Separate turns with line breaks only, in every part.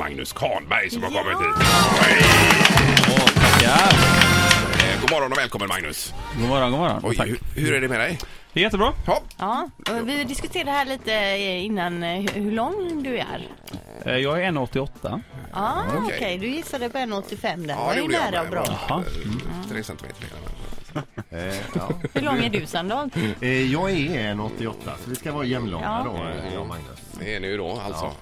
Magnus Kahnberg som har
Ja.
kommit hit. Oj!
Åh, tackar.
Eh, God morgon och välkommen Magnus.
God morgon, god morgon.
Oj,
Tack.
hur, hur är det med dig?
Det är jättebra.
Ja.
Ja, och vi diskuterade här lite eh, innan eh, hur hur lång du är.
Eh, Jag är 1,88.
Ah, okej.
okej.
Du gissade på 1,85 där.
Ja,
var ju
gjorde jag
nära
med.
och bra.
Jaha.
Eh, Tre centimeter mer.
Hur lång är du, Sandal?
Eh, Jag är en 88 så vi ska vara jämnlånga
Ja.
då, eh, jag och Magnus.
Det är nu då alltså. Jaha.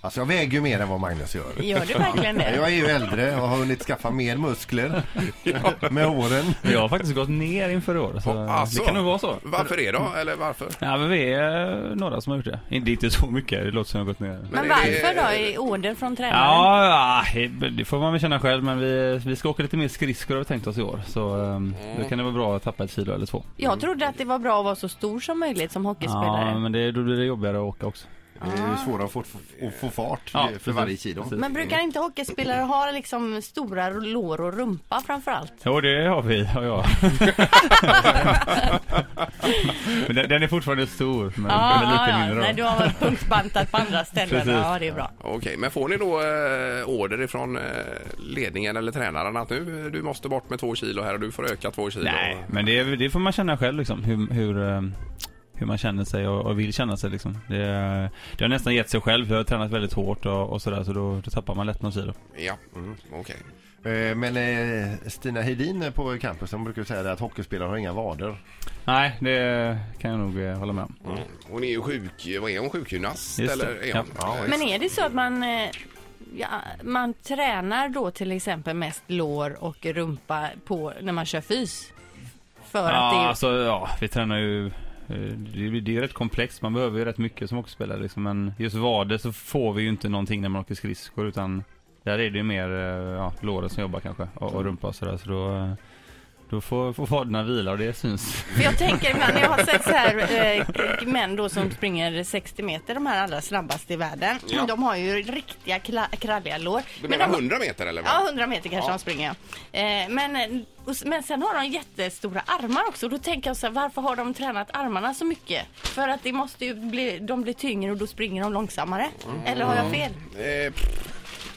Alltså jag väger ju mer än vad Magnus gör.
Gör du verkligen det?
Jag är ju äldre och har hunnit skaffa mer muskler med åren.
Jag har faktiskt gått ner inför i år. Så
Alltså,
Det kan nog vara så.
Varför det då? Eller varför?
Ja, men vi är eh, några som har gjort det. Inte, inte så mycket, det låter som jag har gått ner.
Men
Men är
varför
det-
då? Är order från tränaren?
Ja, ja, det får man väl känna själv men vi, vi ska åka lite mer skridskor har vi tänkt oss i år. Så um, då kan det vara bra att tappa ett kilo eller två.
Jag trodde att det var bra att vara så stor som möjligt som hockeyspelare.
Ja, men det, då blir det jobbigare att åka också.
Det är ju svårare att få, att få fart
Ah. Ja,
eh, för varje kilo.
precis.
Men brukar inte hockeyspelare ha liksom stora lår och rumpa framförallt?
Jo, det har vi, har jag. men den, den är fortfarande stor, men, men lite mindre. då.
Nej, du har varit punktbantat på andra ställen.
Precis.
Ja, det är bra.
Okej, men får ni då eh, order ifrån eh, ledningen eller tränaren att nu eh, du måste bort med två kilo här och du får öka två kilo?
Nej, men det, är- det får man känna själv liksom. Hur, hur, ehm, hur man känner sig och, och vill känna sig liksom. Det, eh, det har nästan gett sig själv. Jag har tränat väldigt hårt och, och sådär så då, då tappar man lätt någon kilo.
Ja, mm, okej.
Eh, Men eh, Stina Hedin på campus hon brukar säga det att hockeyspelare har inga vader.
Nej, det kan jag nog eh, hålla med om.
Mm. Hon är ju sjuk, vad är hon, sjukgymnast
Just det,
eller? Är
ja.
hon? Ja.
Men är det så att man, eh, ja, man tränar då till exempel mest lår och rumpa på när man kör fys? För att det
Ja,
är...
alltså, ja, vi tränar ju eh, det är, det är ju rätt komplext, man behöver ju rätt mycket som hockeyspelare liksom. Men just vader så får vi ju inte någonting när man åker skridskor utan där är det ju mer eh, ja, låren som jobbar kanske och, och rumpa och sådär så då, eh, då får, får vaderna vila och det syns.
För jag tänker ibland när jag har sett så här eh, män då som springer 60 meter, de här allra snabbaste i världen.
Ja.
De har ju riktiga kla- kralliga lår.
Du
Men
menar
de-
100 meter eller? vad?
Ja, 100 meter kanske
Ja.
de springer. ja. Eh, men, eh, och s- men sen har de jättestora armar också. Då tänker jag så här, varför har de tränat armarna så mycket? För att det måste ju bli, de blir tyngre och då springer de långsammare.
Mm.
Eller har jag fel?
Eh, pff,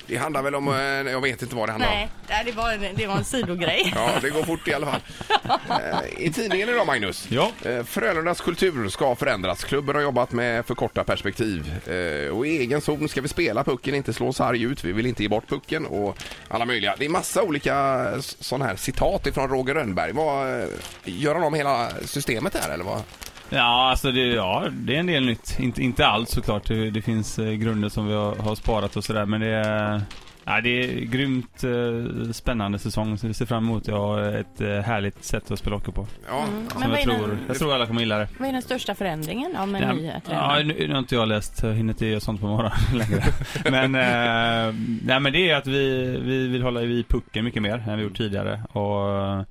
det handlar väl om, eh, jag vet inte vad det handlar om.
Nej, nej, det var en, det var en sidogrej.
Ja, det går fort i alla fall. Eh, I tidningen idag, Magnus.
Ja.
Eh, Frölundas kultur ska förändras. Klubben har jobbat med för korta perspektiv. Eh, Och i egen zon ska vi spela pucken, inte slå sarg ut. Vi vill inte ge bort pucken och alla möjliga. Det är massa olika eh, s- sån här citat ifrån Roger Rönnberg. Vad, eh, gör han om hela systemet här eller vad?
Ja, alltså det, ja, det är en del nytt. Inte, inte allt såklart. Det, det finns eh, grunder som vi har, har sparat och sådär. Men det är, ja, det är grymt eh, spännande säsong som vi ser fram emot. Jag har ett eh, härligt sätt att spela hockey på. Som
Ja,
Men vad
jag,
är,
tror,
den,
jag tror alla kommer gilla det.
vad är den största förändringen av en ny
Nej,
tränare?
ja, nu, nu har inte jag läst, jag hinner inte göra sånt på morgonen längre. Men, eh, nej, men det är att vi, vi vill hålla i pucken mycket mer än vi gjort tidigare. Och, eh,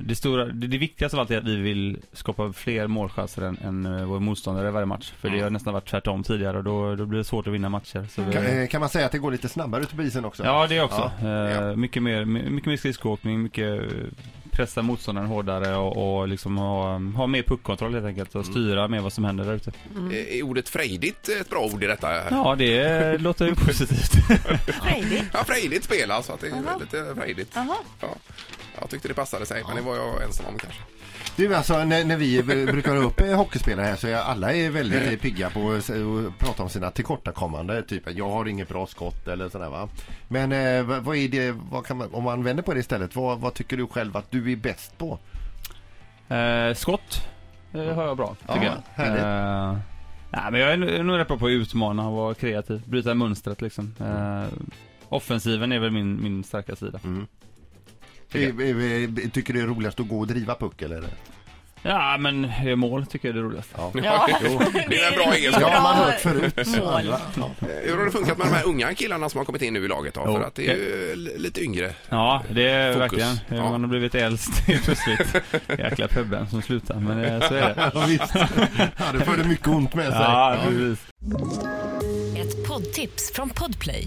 det, stora, det, det viktigaste av allt är att vi vill skapa fler målchanser än, än eh, vår motståndare i varje match. För det har nästan varit tvärtom tidigare och då, då blir det svårt att vinna matcher. Så
Kan,
vi,
eh, kan man säga att det går lite snabbare ute på isen också?
Mm. ja, det också.
ja.
Eh, mycket mer, my- mycket mer skridskoåkning, mycket eh, pressa motståndaren hårdare och, och liksom ha, ha mer puckkontroll helt enkelt
Mm.
och styra mer vad som händer där ute.
Eh, Är ordet frejdigt ett bra ord i detta?
Ja, det låter ju positivt.
Frejdigt.
Ja, frejdigt spel alltså. Att det är
Jaha.
lite frejdigt.
Jaha.
Ja. Jag tyckte det passade sig, men det var jag ensam om kanske.
Du alltså när, när vi b- brukar ha upp eh, hockeyspelare här så är alla är väldigt eh, pigga på att s- att prata om sina tillkortakommande. Typ jag har inget bra skott eller sådär va. Men eh, vad- vad är det, vad kan man, om man vänder på det istället, vad, vad tycker du själv att du är bäst på?
eh, skott eh, har jag bra,
Ja,
tycker jag.
härligt.
Eh, nej, men jag är nog- nog rätt bra på att utmana och vara kreativ. Bryta mönstret liksom. Eh, offensiven är väl min, min starka sida.
Eh, eh, eh, Tycker du det är roligast att gå och driva puck eller?
Ja, men eh, mål tycker jag är det roligaste.
Ja.
Ja,
Det är en bra egenskap.
Ja, man har hört förut.
Mål.
Ja.
Eh, Hur har det funkat med de här unga killarna som har kommit in nu i laget då? För att det är ju l- lite yngre.
Ja, det är
Fokus.
verkligen. Eh,
Ja.
Man har blivit äldst helt plötsligt. Jäkla pubben som slutar, men eh, så är det.
Ja, visst. Ja, det förde mycket ont med sig.
Ja, precis.
Ett poddtips från Podplay.